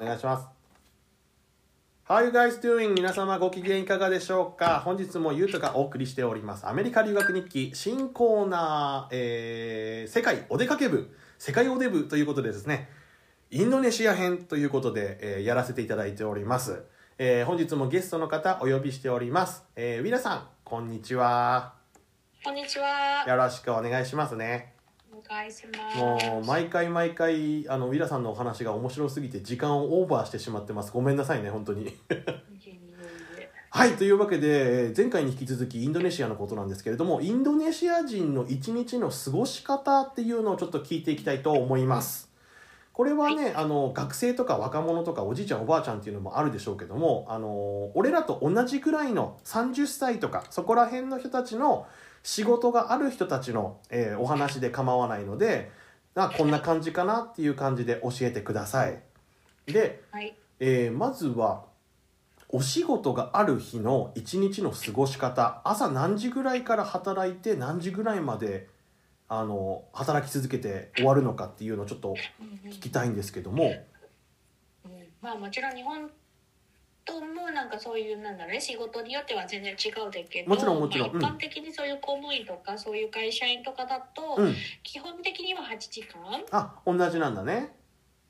お願いします How you guys doing? 皆様ご機嫌いかがでしょうか本日もゆうとがお送りしておりますアメリカ留学日記新コーナー、えー世界お出かけ部世界お出部ということでですねインドネシア編ということで、えーやらせていただいております、えー本日もゲストの方お呼びしております、えー、ウィラさんこんにちはこんにちは。よろしくお願いしますねお願いします。もう毎回毎回あのウィラさんのお話が面白すぎて時間をオーバーしてしまってますごめんなさいね本当にいえいえいえはいというわけでえー前回に引き続きインドネシアのことなんですけれどもインドネシア人の一日の過ごし方っていうのをちょっと聞いていきたいと思いますこれはね、あの学生とか若者とかおじいちゃんおばあちゃんっていうのもあるでしょうけどもあの俺らと同じくらいの30歳とかそこら辺の人たちの仕事がある人たちの、えーお話で構わないのであこんな感じかなっていう感じで教えてください。で、はい。えーまずはお仕事がある日の一日の過ごし方朝何時ぐらいから働いて何時ぐらいまであの働き続けて終わるのかっていうのをちょっとうん聞きたいんですけどもうんうんまあもちろん日本ともなんかそういうなんだろうね仕事によっては全然違うだけど、もちろんもちろんまあ一般的にそういう公務員とかそういう会社員とかだと、うん基本的には8時間。あ同じなんだね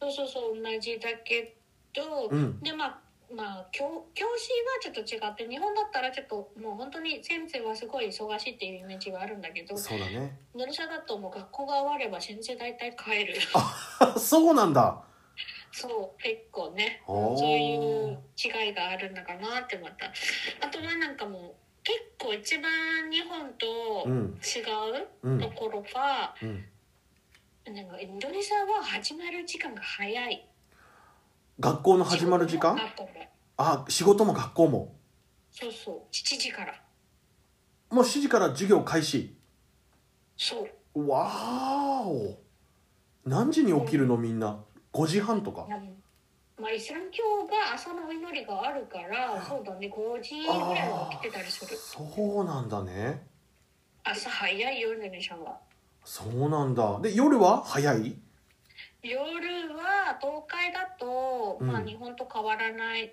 そうそうそう同じだけど、うんでまあまあ教教師はちょっと違って日本だったらちょっともう本当に先生はすごい忙しいっていうイメージがあるんだけどそうだね乗り車だともう学校が終われば先生大体帰る。そうなんだそう結構ねおーそういう違いがあるんだかなって思ったあとはなんかもう結構一番日本うとん違ううとんころは、うんなんかインドネシアは始まる時間が早い学校の始まる時間学校もあ仕事も学校もそうそう7時からもう7時から授業開始そうわーお何時に起きるのみんな5時半とかいやまあイスラム教が朝のお祈りがあるからそうだね5時ぐらいは起きてたりするそうなんだね朝早いよインドネシアはそうなんだで夜は早い夜は東海だと、うんまあ日本と変わらない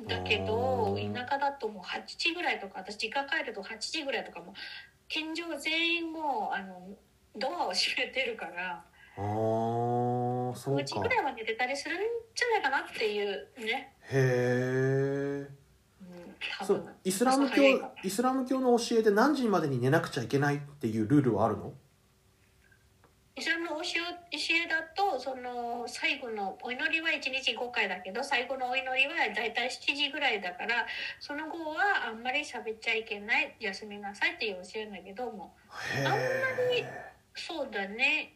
んだけどあー田舎だともう8時ぐらいとか私実家帰ると8時ぐらいとかもう近所全員もうあのドアを閉めてるからあーそ5う時かぐらいは寝てたりするんじゃないかなっていうね、へえうん、多そ分うイスラム朝教早いからイスラム教の教えで何時までに寝なくちゃいけないっていうルールはあるのイスラムの教えだとその最後のお祈りは1日5回だけど最後のお祈りはだいたい7時ぐらいだからその後はあんまり喋っちゃいけない休みなさいっていう教えなんだけどもへえそうだね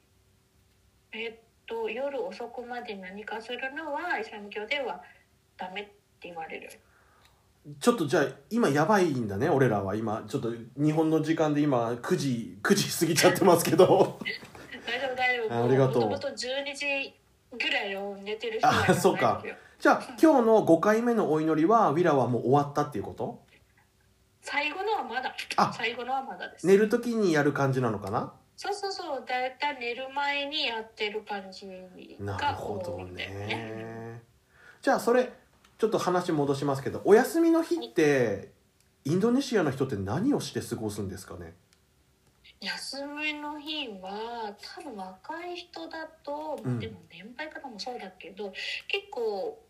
えっと夜遅くまで何かするのはイスラム教ではダメって言われるちょっとじゃあ今やばいんだね俺らは今ちょっと日本の時間で今9時9時過ぎちゃってますけど 大丈夫大丈あ夫ありがとうもともと12時ぐらいを寝てる人だからあそうか大丈夫よじゃあ今日の5回目のお祈りはウィラはもう終わったっていうこと最後のはまだあ最後のはまだです寝る時にやる感じなのかなそうそうそう、だいたい寝る前にやってる感じがなるほど多いんだよね。ね。じゃあそれちょっと話戻しますけどお休みの日ってインドネシアの人って何をして過ごすんですかね休みの日は多分若い人だと、うんでも年配方もそうだけど結構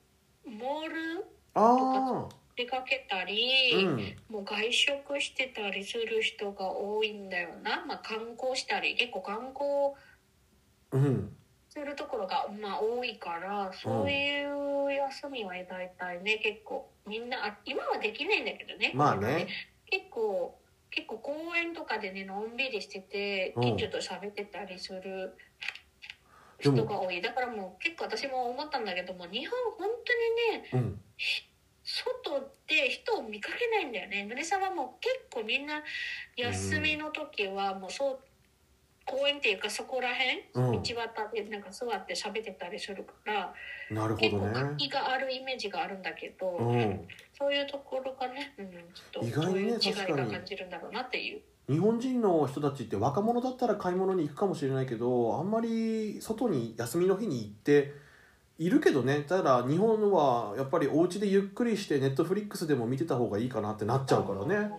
モールああ出かけたうり、んもう外食してたりする人が多いんだよな、まあ、観光したり結構観光うんするところが、まあ、多いからそういう休みは大体ね結構みんなあ今はできないんだけどねまあコロナでね結構結構公園とかでねのんびりしててうん近所と喋ってたりするで人も、が多いだからもう結構私も思ったんだけども日本本当にねうん、外で人を見かけないんだよねインドネシアはもう結構みんな休みの時はもうそう公園っていうかそこら辺、うん道端でなんか座って喋ってたりするからなるほ結ど構ね活。気があるイメージがあるんだけど、うん、そういうところがね、うん、ちょっと意外どうにいねう違いが確かに感じるんだろうなっていう。日本人の人たちって若者だったら買い物に行くかもしれないけどあんまり外に休みの日に行っているけどねただ日本はやっぱりお家でゆっくりしてネットフリックスでも見てた方がいいかなってなっちゃうからね。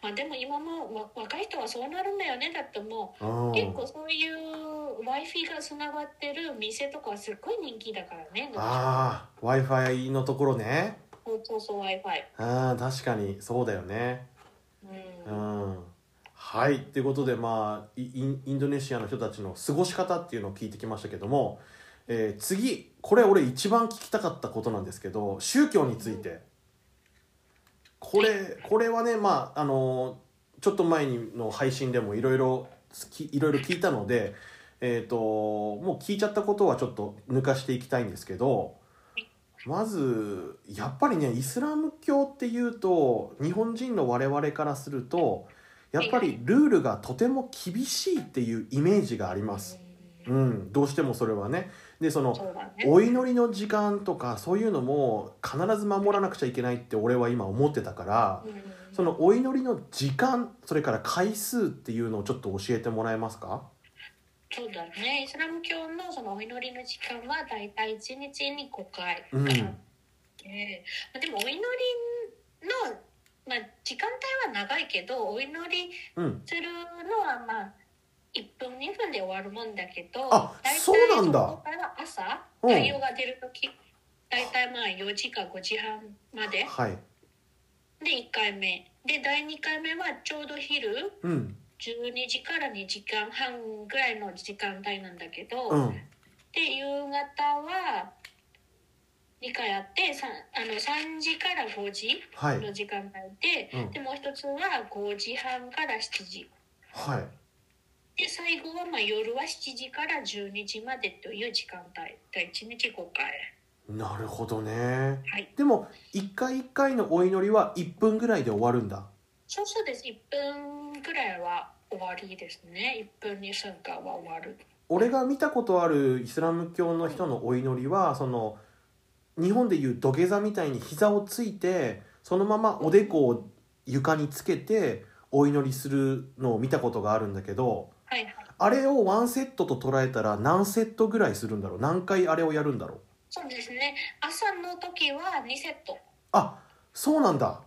まあでも今もわ若い人はそうなるんだよねだってもうんう結構そういう w i f i がつながってる店とかはすっごい人気だからねああ w i f i のところねそうそうそう w i f i あー確かにそうだよねううんんはいっていうことでまあイインインドネシアの人たちの過ごし方っていうのを聞いてきましたけども、えー次これ俺一番聞きたかったことなんですけど宗教についてこれこれはねまああのちょっと前の配信でもいろいろきいろいろ聞いたのでえっ、ともう聞いちゃったことはちょっと抜かしていきたいんですけどまずやっぱりねイスラム教っていうと日本人の我々からするとやっぱりルールがとても厳しいっていうイメージがあります。うんうん、どうしてもそれはね。でそのそうだねお祈りの時間とかそういうのも必ず守らなくちゃいけないって俺は今思ってたからうんそのお祈りの時間それから回数っていうのをちょっと教えてもらえますかそうだねイスラム教のそのお祈りの時間はだいたい1日に5回、うんええでもお祈りの、まあ、時間帯は長いけどお祈りうんするのはまあ1分2分で終わるもんだけどあ大体そうなんだそこから朝うん太陽が出る時大体まあ4時か5時半まではいで1回目で第2回目はちょうど昼うん12時から2時間半ぐらいの時間帯なんだけど、うんで夕方は2回あってさんあの3時から4時はいの時間帯で、うんでもう一つは5時半から7時。はいで最後はまあ夜は7時から12時までという時間帯が1日5回なるほどねはいでも一回一回のお祈りは1分ぐらいで終わるんだそうそうです1分ぐらいは終わりですね1分2分間は終わる俺が見たことあるイスラム教の人のお祈りはその日本でいう土下座みたいに膝をついてそのままおでこを床につけてお祈りするのを見たことがあるんだけどはいはいあれをワンセットと捉えたら何セットぐらいするんだろう何回あれをやるんだろうそうですね朝の時は2セットあそうなんだ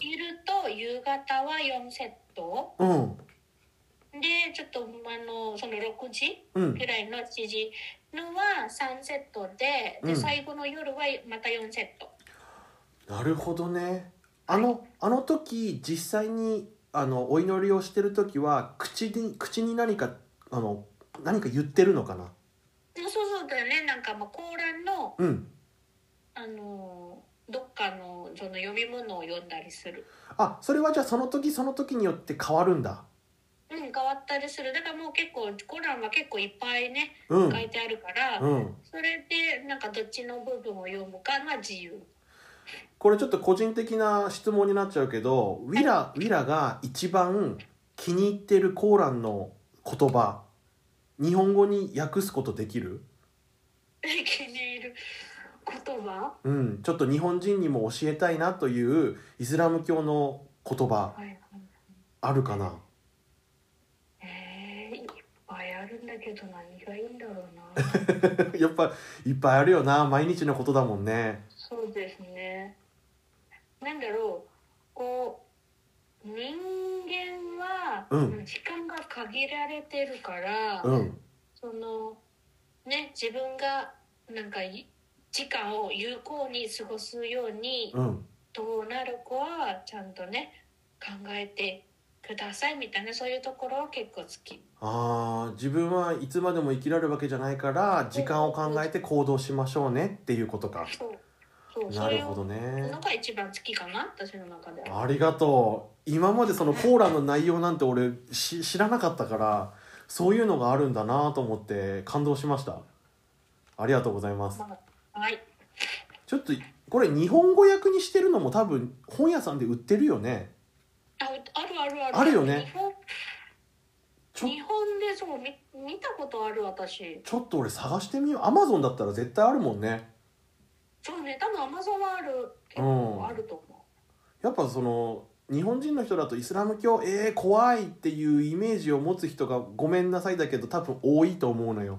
昼と夕方は4セットうんでちょっとあのその6時うんぐらいの7時のは3セットでうでん最後の夜はまた4セットなるほどねあのあの時実際にあのお祈りをしてる時は口に口に何かあの何か言ってるのかなそうそうだよねなんかまあコーランのうんあのどっかのその読み物を読んだりする、あそれはじゃあその時その時によって変わるんだうん、変わったりするだからもう結構コランは結構いっぱいねうん書いてあるから、うんそれでなんかどっちの部分を読むかが自由 これちょっと個人的な質問になっちゃうけどウィラウィラが一番気に入ってるコーランの言葉日本語に訳すことできる気に入る言葉うんちょっと日本人にも教えたいなというイスラム教の言葉はいはいあるかな えー、いっぱいあるんだけど何がいいんだろう なやっぱいっぱいあるよな毎日のことだもんねそうですねなんだろうこう人間はうん時間が限られてるから、うんそのね自分がなんかい時間を有効に過ごすようにうんどうなるかはちゃんとね考えてくださいみたいなそういうところは結構好きあー自分はいつまでも生きられるわけじゃないから時間を考えて行動しましょうねっていうことかそうそうなそういるうほどねのが一番好きかな私の中ではありがとう今までそのコーラの内容なんて俺し知らなかったからそういうのがあるんだなと思って感動しましたありがとうございますまあはいちょっとこれ日本語訳にしてるのも多分本屋さんで売ってるよねああるあるあるあるよね日本ちょ日本でそう見見たことある私ちょっと俺探してみようアマゾンだったら絶対あるもんねそうね多分アマゾンはある結構あると思やっぱその日本人の人だとイスラム教えー、怖いっていうイメージを持つ人がごめんなさいだけど多分多いと思うのよ。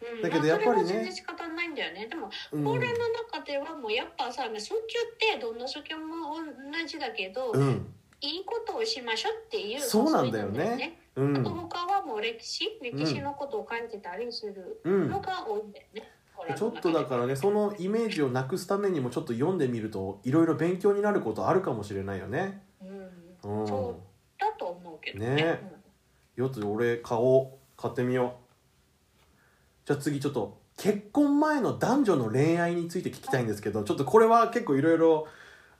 う、うん、だけどやっぱりねまあそれは全然仕方ないんだよねでもうん法令の中ではもうやっぱさ宗教ってどんな宗教も同じだけど、うんいいことをしましょうっていうそうなんだよねそういうのうあとん他はもう歴史歴史のことを書いてたりするうんのが多いんだよね、ほらちょっとだからねそのイメージをなくすためにもちょっと読んでみるといろいろ勉強になることあるかもしれないよね。うん、うん、そだと思うけどねねよつ俺買おう買ってみようじゃあ次ちょっと結婚前の男女の恋愛について聞きたいんですけどちょっとこれは結構いろいろ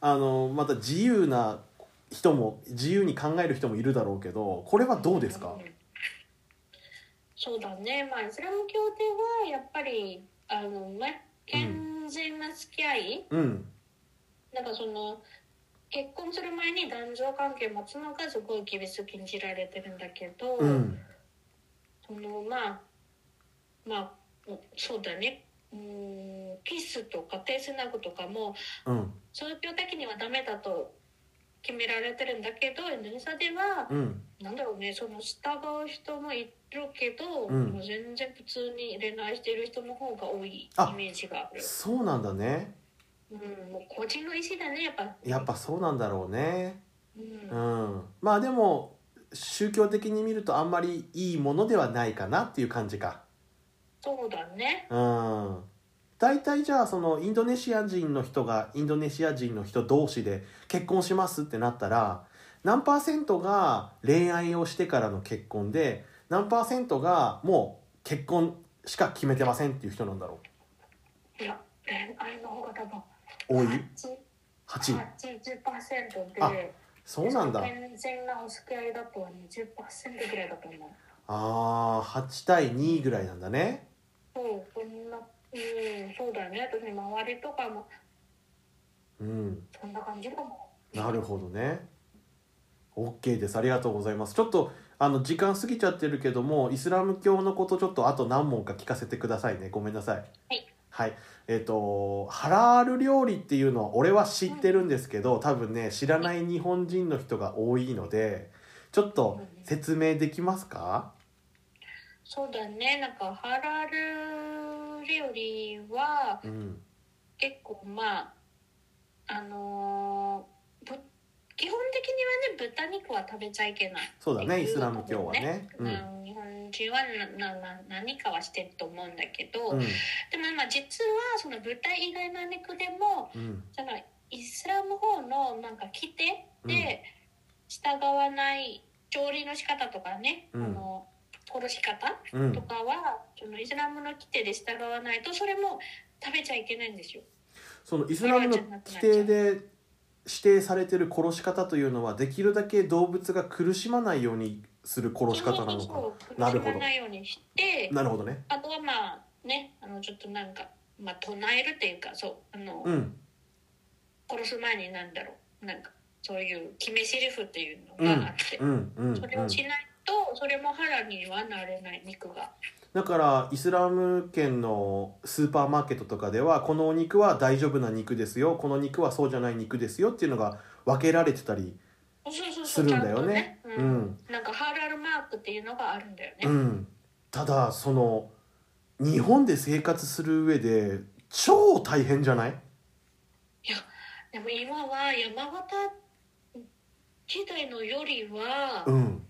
あのまた自由な人も自由に考える人もいるだろうけどこれはどうですかんそうだねまあイスラム教ではやっぱりあのね健全な付き合い、うんなんかその結婚する前に男女関係持つのがすごい厳しく禁じられてるんだけど、うんそのまあまあそうだねうんキスとか手つなぐとかもうん宗教的にはダメだと決められてるんだけど N サではうんなんだろうねその従う人もいるけど、うんもう全然普通に恋愛してる人の方が多いイあメージがあるそうなんだねうん、もう個人の意思だねやっぱやっぱそうなんだろうねうん、うんまあでも宗教的に見るとあんまりいいものではないかなっていう感じかそうだねうん大体じゃあそのインドネシア人の人がインドネシア人の人同士で結婚しますってなったら何パーセントが恋愛をしてからの結婚で何パーセントがもう結婚しか決めてませんっていう人なんだろいや恋愛の方が多分う多い8 8 80%であそうなんだ健全なお付き合いだと20%ぐらいだと思うあー8対2ぐらいなんだねそうこんなうんそうだね特に周りとかもうんそんな感じかもなるほどね。OK です。ありがとうございます。ちょっとあの時間過ぎちゃってるけども、イスラム教のことちょっとあと何問か聞かせてくださいね。ごめんなさい。はい。えっ、とハラール料理っていうのは俺は知ってるんですけど、多分ね知らない日本人の人が多いので、ちょっと説明できますか？そうだねなんかハラル料理はうん。結構まああのーぶ基本的にはね豚肉は食べちゃいけないそうだね。イっていスうラム教はね。うところん。うん日本人はななな何かはしてると思うんだけど、うん。でもまあ実はその豚以外の肉でもうん。そのイスラム法のなんか規定で従わない調理の仕方とかね、うんあの殺し方うとん。かはそのイスラムの規定で従わないとそれも食べちゃいけないんですよ。そのイスラムの規定で指定されてる殺し方というのはできるだけ動物が苦しまないようにする殺し方なのかそうなる苦ほしどまないようにしてなるほどねあとはまあねあのちょっとなんか、まあ、唱えるっていうかそうあの、うん殺す前になんだろうなんかそういう決め台詞っていうのがあって、うんうんうんそれをしないとそれも腹にはなれない肉が。だからイスラム圏のスーパーマーケットとかではこのお肉は大丈夫な肉ですよこの肉はそうじゃない肉ですよっていうのが分けられてたりそうそうすそうるんちゃんだよとねね。ううんんなんかハーラルマークっていうのがあるんだようね。んただその日本で生活する上で超大変じゃないでも今は山形時代のよりは、うん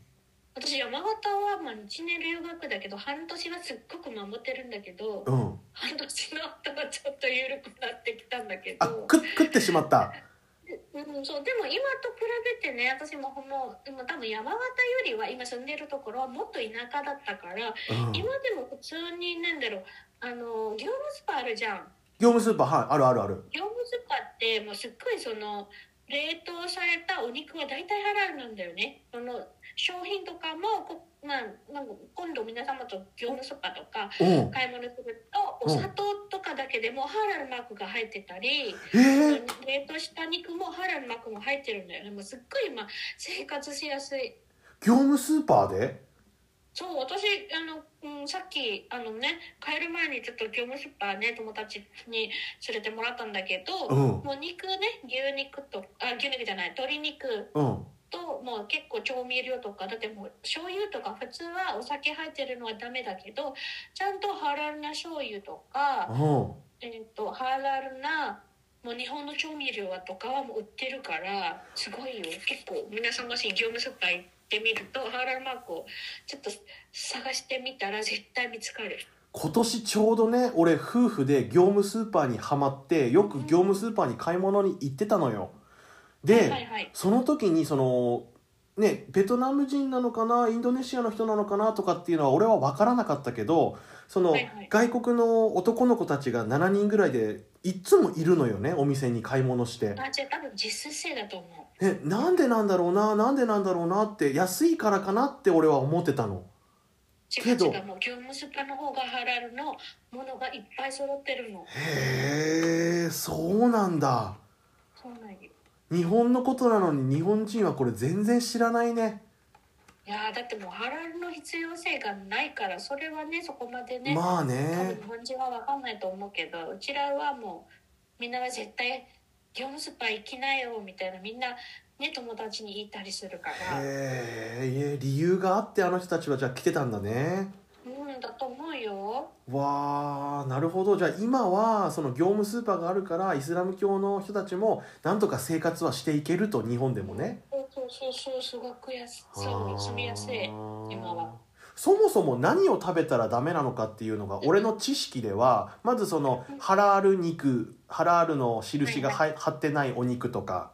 私山形はまあ1年留学だけど半年はすっごく守ってるんだけど、うん半年の後はちょっと緩くなってきたんだけあど、く食ってしまったうん、そうでも今と比べてね私ももうでも多分山形よりは今住んでるところはもっと田舎だったから、うん今でも普通になんだろうあの業務スーパーあるじゃん。業務スーパーはいあるあるある業務スーパーってもうすっごいその冷凍されたお肉は大体ハラルなんだよねその商品とかもこ、まあ、なんか今度皆様と業務スーパーとかうん買い物するとお砂糖とかだけでもハラルマークが入ってたり、えー、冷凍した肉もハラルマークも入ってるんだよねもうすっごい今生活しやすい業務スーパーでそう私あの、うん、さっきあのね帰る前にちょっと業務スーパーね友達に連れてもらったんだけど、うんもう肉ね牛肉とあ牛肉じゃない鶏肉うんともう結構調味料とかだってもう醤油とか普通はお酒入ってるのはダメだけどちゃんとハラルな醤油とか、うんえっとハラルなもう日本の調味料とかはもう売ってるからすごいよ結構皆さんもし業務スーパー行ってみるとハラルマークをちょっと探してみたら絶対見つかる。今年ちょうどね俺夫婦で業務スーパーにはまってよく業務スーパーに買い物に行ってたのよで、はいはいその時にそのねベトナム人なのかなインドネシアの人なのかなとかっていうのは俺は分からなかったけどそのはいはい外国の男の子たちが7人ぐらいでいっつもいるのよねお店に買い物して、あじゃあ多分実数生だと思ね、なんでなんだろうななんでなんだろうなって安いからかなって俺は思ってたのう。違けうど違うもう業務スーパーの方がハラルのものがいっぱい揃ってるの。へえそうなんだそうなんよ。日本のことなのに日本人はこれ全然知らないねいやーだってもうハラルの必要性がないからそれはねそこまでね、まあ多ね分日本人は分かんないと思うけどうちらはもうみんなは絶対業務スーパー行きなよみたいなみんなね友達に言ったりするからへえいえ理由があってあの人たちはじゃあ来てたんだねうんだと思うよわあなるほどじゃあ今はその業務スーパーがあるからイスラム教の人たちもなんとか生活はしていけると日本でもねそうそうそうそうすごく安そう住みやすい今はそもそも何を食べたらダメなのかっていうのが俺の知識ではまずそのハラール肉ハラールの印がは貼ってないお肉とか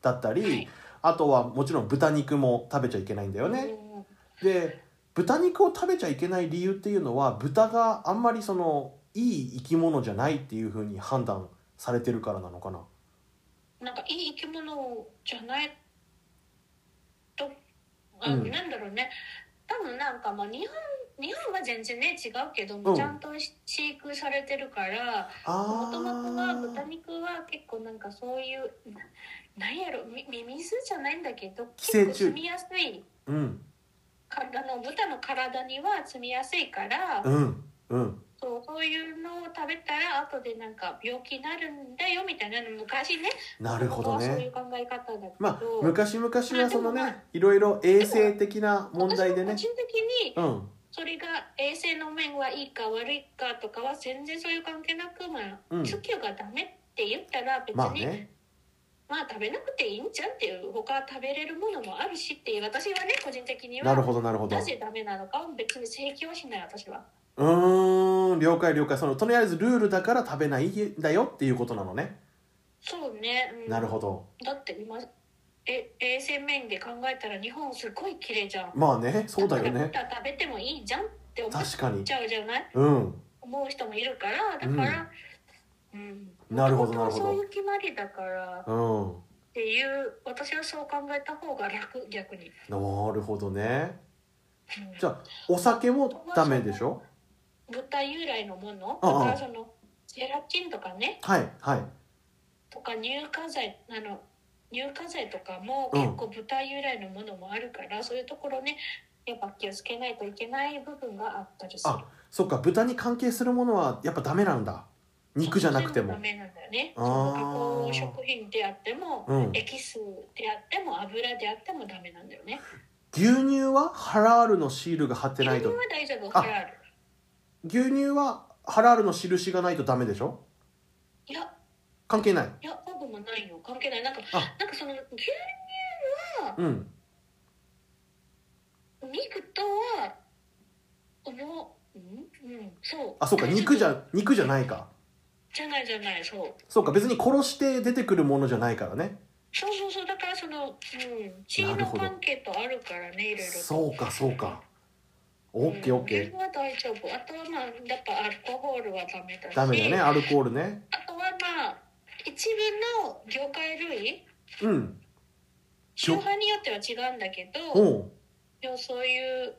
だったり、はいあとはもちろん豚肉も食べちゃいけないんだよね。うんで豚肉を食べちゃいけない理由っていうのは豚があんまりそのいい生き物じゃないっていうふうに判断されてるからなのかな。なんかいい生き物じゃないとあ、うんなんだろうね多分なんかまあ日本日本は全然ね違うけどうも、んちゃんと飼育されてるからもあともとはー豚肉は結構なんかそういうななんやろみミミズじゃないんだけど寄生虫結構住みやすいうん体の豚の体には住みやすいから、うんうんそうそういうのを食べたら後でなんか病気になるんだよみたいなの昔ねなるほどね。そういう考え方だけど、まあ昔々はそのまあねいろいろ衛生的な問題で私もね個人的にうんそれが衛生の面はいいか悪いかとかは全然そういう関係なくまあ、うん地球がダメって言ったら別に、まあねまあ食べなくていいんじゃんっていう他食べれるものもあるしっていう私はね個人的にはなるほどなるほどなぜダメなのかを別に請求はしない私はうーん了解了解そのとりあえずルールだから食べないんだよっていうことなのねそうね、うんなるほどだって今え衛生面で考えたら日本すごい綺麗じゃんまあねそうだよねから食べてもいいじゃんって思っ確か にちゃうじゃないうん思う人もいるからだから、うんなるほど元々はなるほどそういう決まりだからうんっていう私はそう考えた方が楽逆に、なるほどねうんじゃあお酒もダメでしょ豚由来のものああだからそのゼラチンとかねはいはいとか乳化剤あの乳化剤とかも結構豚由来のものもあるから、そういうところねやっぱ気をつけないといけない部分があったりするあそっか豚に関係するものはやっぱダメなんだ肉じゃなくて全部もダメなんだよねあそあの加工食品であっても、うんエキスであっても油であってもダメなんだよね牛乳はハラールのシールが貼って牛ない乳とは大丈夫あハラル牛乳はハラールの印がないとダメでしょいや関係ないいやほぼもないよ関係ないなんかあなんかその牛うん肉とは思ううん、うん、そうあそうか大丈夫肉じゃ肉じゃないかじゃないじゃないそうそうか別に殺して出てくるものじゃないからねそうそうそうだからその、うん、地位なるのほど関係とあるからねいろいろとそうかそうかオッケーオッケうん牛乳は大丈夫あとはまあやっぱアルコホールはダメだーしダメだねアルコールねあとはまあ一部の業界類うん宗派によっては違うんだけおどうでもそういう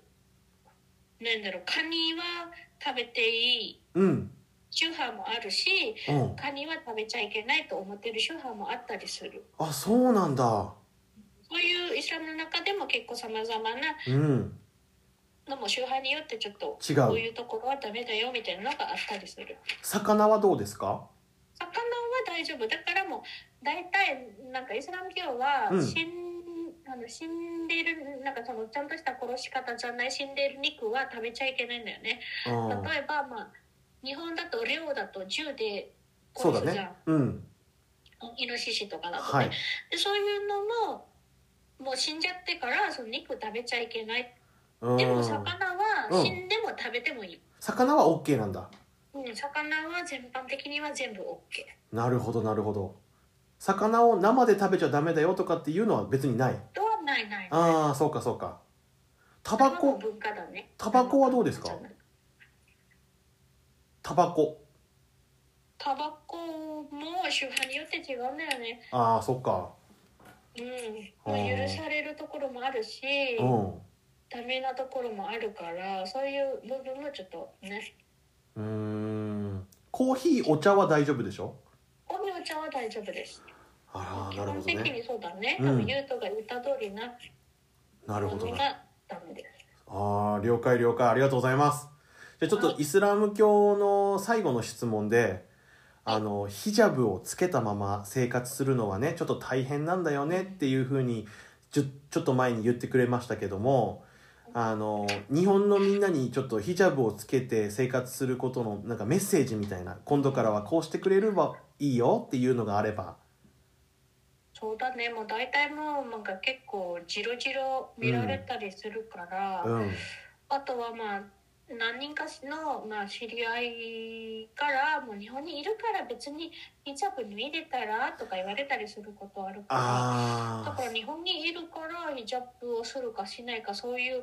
なんだろうカニは食べていいうん宗派もあるしうんカニは食べちゃいけないと思ってる宗派もあったりするあそうなんだそういうイスラムの中でも結構さまざまなうんのも宗派によってちょっと違こうういうところはダメだよみたいなのがあったりする魚はどうですか魚は大丈夫だからもう大体なんかイスラム教はうん死ん,、あの死んでるなんかそのちゃんとした殺し方じゃない死んでる肉は食べちゃいけないんだよねう例んえばまあ日本だと量だと銃でそう殺だすじゃねん、うんイノシシとかだとはね、いでそういうのももう死んじゃってからその肉食べちゃいけないうんでも魚はうん死んでも食べてもいい、魚は OK なんだうん、魚は全般的には全部 OK なるほどなるほど魚を生で食べちゃダメだよとかっていうのは別にないとはないないああそうかそうかタタバコ文化だねタバコはどうですかタバコタバコも宗派によって違うんだよねああそっかうんまあうん許されるところもあるしうんダメなところもあるからそういう部分もちょっとねうーんコーヒーお茶は大丈夫でしょおみお茶は大丈夫ですああ基なるほ本ど的ねにそうだね、うん多分ゆうとが言った通りななるほどものながダメですああ了解了解ありがとうございますじゃあちょっとイスラム教の最後の質問であのヒジャブをつけたまま生活するのはねちょっと大変なんだよねっていうふうにちょちょっと前に言ってくれましたけどもあの日本のみんなにちょっとヒジャブをつけて生活することのなんかメッセージみたいな今度からはこうしてくれればいいよっていうのがあればそうだねもう大体もうなんか結構ジロジロ見られたりするから、うんあとはまあ何人かの、まあ、知り合いからもう日本にいるから別にヒジャブ脱いでたらとか言われたりすることあるからだあから日本にいるからヒジャブをするかしないかそういう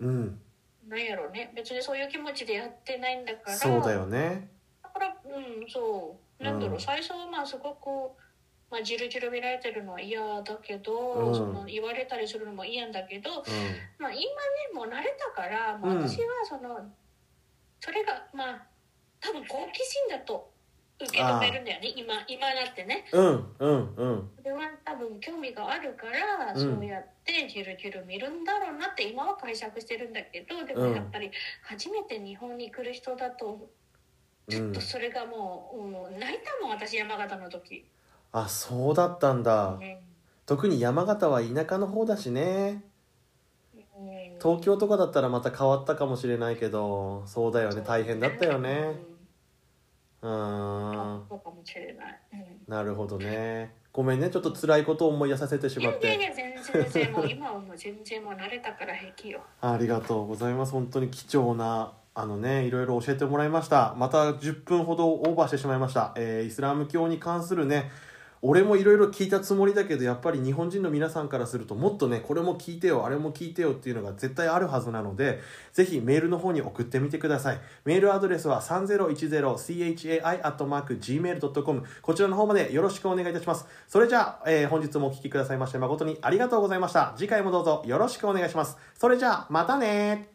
ーうんなんやろね別にそういう気持ちでやってないんだからそうだよねだからうんそうなんだろう、うん最初はまあすごく、まあ、ジルジル見られてるのは嫌だけど、うんその言われたりするのも嫌だけど、うまあ、今ねもう慣れたから、もううん私はそのそれがまあ多分好奇心だと受け止めるんだよね今今だってねんうんうんうんそれは多分興味があるから、うんそうやってジュルジュル見るんだろうなって今は解釈してるんだけどでもうんやっぱり初めて日本に来る人だとうちょっんとそれがもう、うん泣いたもん私山形の時。あそうだったんだうん特に山形は田舎の方だしねうん東京とかだったらまた変わったかもしれないけどそうだよね大変だったよねうーんうんそうかもしれない。うんなるほどねごめんねちょっと辛いことを思い出させてしいまやっいやいてや全然全然もう今はもう全然もう慣れたから平気よ。ありがとうございます本当に貴重なあのねいろいろ教えてもらいましたまた10分ほどオーバーしてしまいました、えーイスラム教に関するね俺もいろいろ聞いたつもりだけどやっぱり日本人の皆さんからするともっとねこれも聞いてよあれも聞いてよっていうのが絶対あるはずなのでぜひメールの方に送ってみてくださいメールアドレスは 3010chai.gmail.com こちらの方までよろしくお願いいたしますそれじゃあ、えー本日もお聴きくださいまして誠にありがとうございました次回もどうぞよろしくお願いしますそれじゃあまたね